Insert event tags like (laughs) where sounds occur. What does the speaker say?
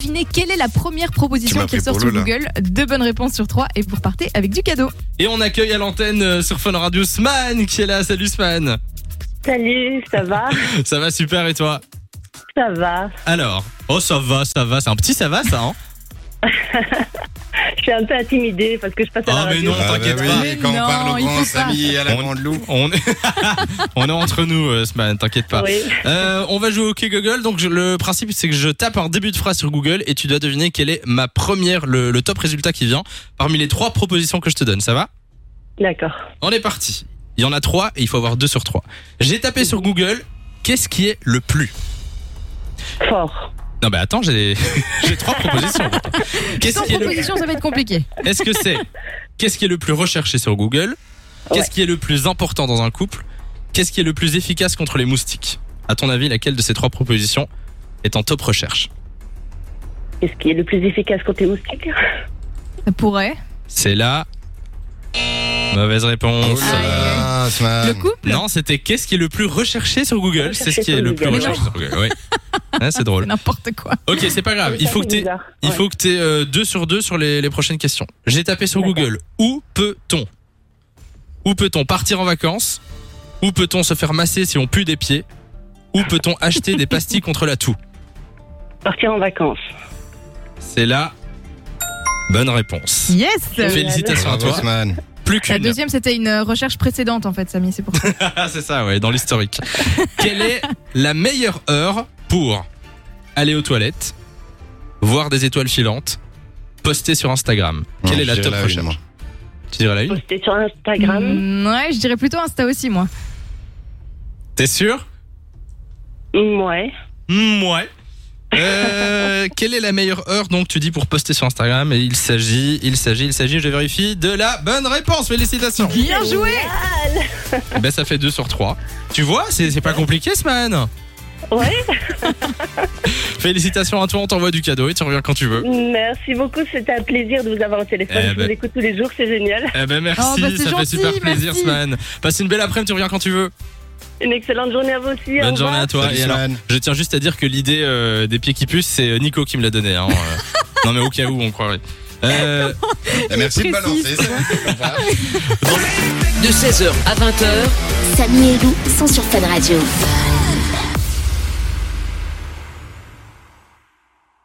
devinez quelle est la première proposition m'as qui pris ressort pour sur le, là. Google. Deux bonnes réponses sur trois et vous repartez avec du cadeau. Et on accueille à l'antenne euh, sur Fun Radio Sman qui est là. Salut Sman. Salut, (laughs) ça va Ça va super et toi Ça va. Alors, oh ça va, ça va, c'est un petit ça va ça hein Je suis un peu intimidée parce que je passe à la Ah, mais radio. non. t'inquiète bah oui, pas. Mais quand non, on parle il aux grands faut pas. amis et à la grande loup. On est, (laughs) on est entre nous euh, Sman, t'inquiète pas. Oui. Euh, on va jouer au OK Google. Donc je- le principe c'est que je tape un début de phrase sur Google et tu dois deviner quelle est ma première, le, le top résultat qui vient parmi les trois propositions que je te donne. Ça va D'accord. On est parti. Il y en a trois et il faut avoir deux sur trois. J'ai tapé sur Google. Qu'est-ce qui est le plus Fort. Non mais attends, j'ai (laughs) j'ai trois propositions. Qu'est-ce Sans qui est le proposition, ça va être compliqué. Est-ce que c'est qu'est-ce qui est le plus recherché sur Google Qu'est-ce Ouais. qui est le plus important dans un couple Qu'est-ce qui est le plus efficace contre les moustiques À ton avis, laquelle de ces trois propositions est en top recherche Qu'est-ce qui est le plus efficace contre les moustiques Ça pourrait. C'est la mauvaise Oh réponse. Ah là là, Sman. Le couple Non, c'était qu'est-ce qui est le plus recherché sur Google C'est ce Recherché qui est sur le plus Google. recherché sur Google. (laughs) Oui. Ouais, c'est C'est drôle. n'importe quoi. Ok, c'est pas grave. Ah, Il Ça, faut que c'est t'aies bizarre. il Ouais. faut que t'aies euh, deux sur deux sur les, les prochaines questions. J'ai tapé sur D'accord. Google. Où peut-on Où peut-on partir en vacances Où peut-on se faire masser si on pue des pieds Où peut-on acheter des pastilles contre la toux Partir en vacances. C'est la bonne réponse. Yes Génial. Félicitations à Bravo, toi. Sman. Plus La qu'une. deuxième, c'était une recherche précédente en fait, Samy, c'est pour ça. Ah, (laughs) c'est ça, ouais, dans l'historique. Quelle est la meilleure heure pour aller aux toilettes, voir des étoiles filantes, poster sur Instagram Quelle Non, est la je dirais top la une, moi. recherche Tu dirais la une Poster sur Instagram. Mm, ouais, je dirais plutôt Insta aussi, moi. T'es sûr Mm, Ouais. Mm, ouais. Euh, (laughs) quelle est la meilleure heure donc tu dis pour poster sur Instagram et il s'agit il s'agit il s'agit je vérifie de la bonne réponse félicitations Bien joué Eh ben ça fait 2 sur 3 tu vois c'est c'est pas compliqué ce man Ouais. (laughs) félicitations à toi on t'envoie du cadeau et tu reviens quand tu veux Merci beaucoup, c'était un plaisir de vous avoir au téléphone. Eh je ben. vous écoute tous les jours, c'est génial. eh ben merci Oh, bah, c'est ça fait gentil, super plaisir merci. ce man passe une belle après-midi tu reviens quand tu veux Une excellente journée à vous aussi. au bonne revoir. journée à toi Salut, et alors Sman. je tiens juste à dire que l'idée euh, des pieds qui pucent c'est Nico qui me l'a donné hein. (laughs) Euh, non mais au cas où on croirait Euh, Eh, Merci de précise. balancer. c'est comme ça. De 16h à 20h, Samy et Lou sont sur Fan Radio.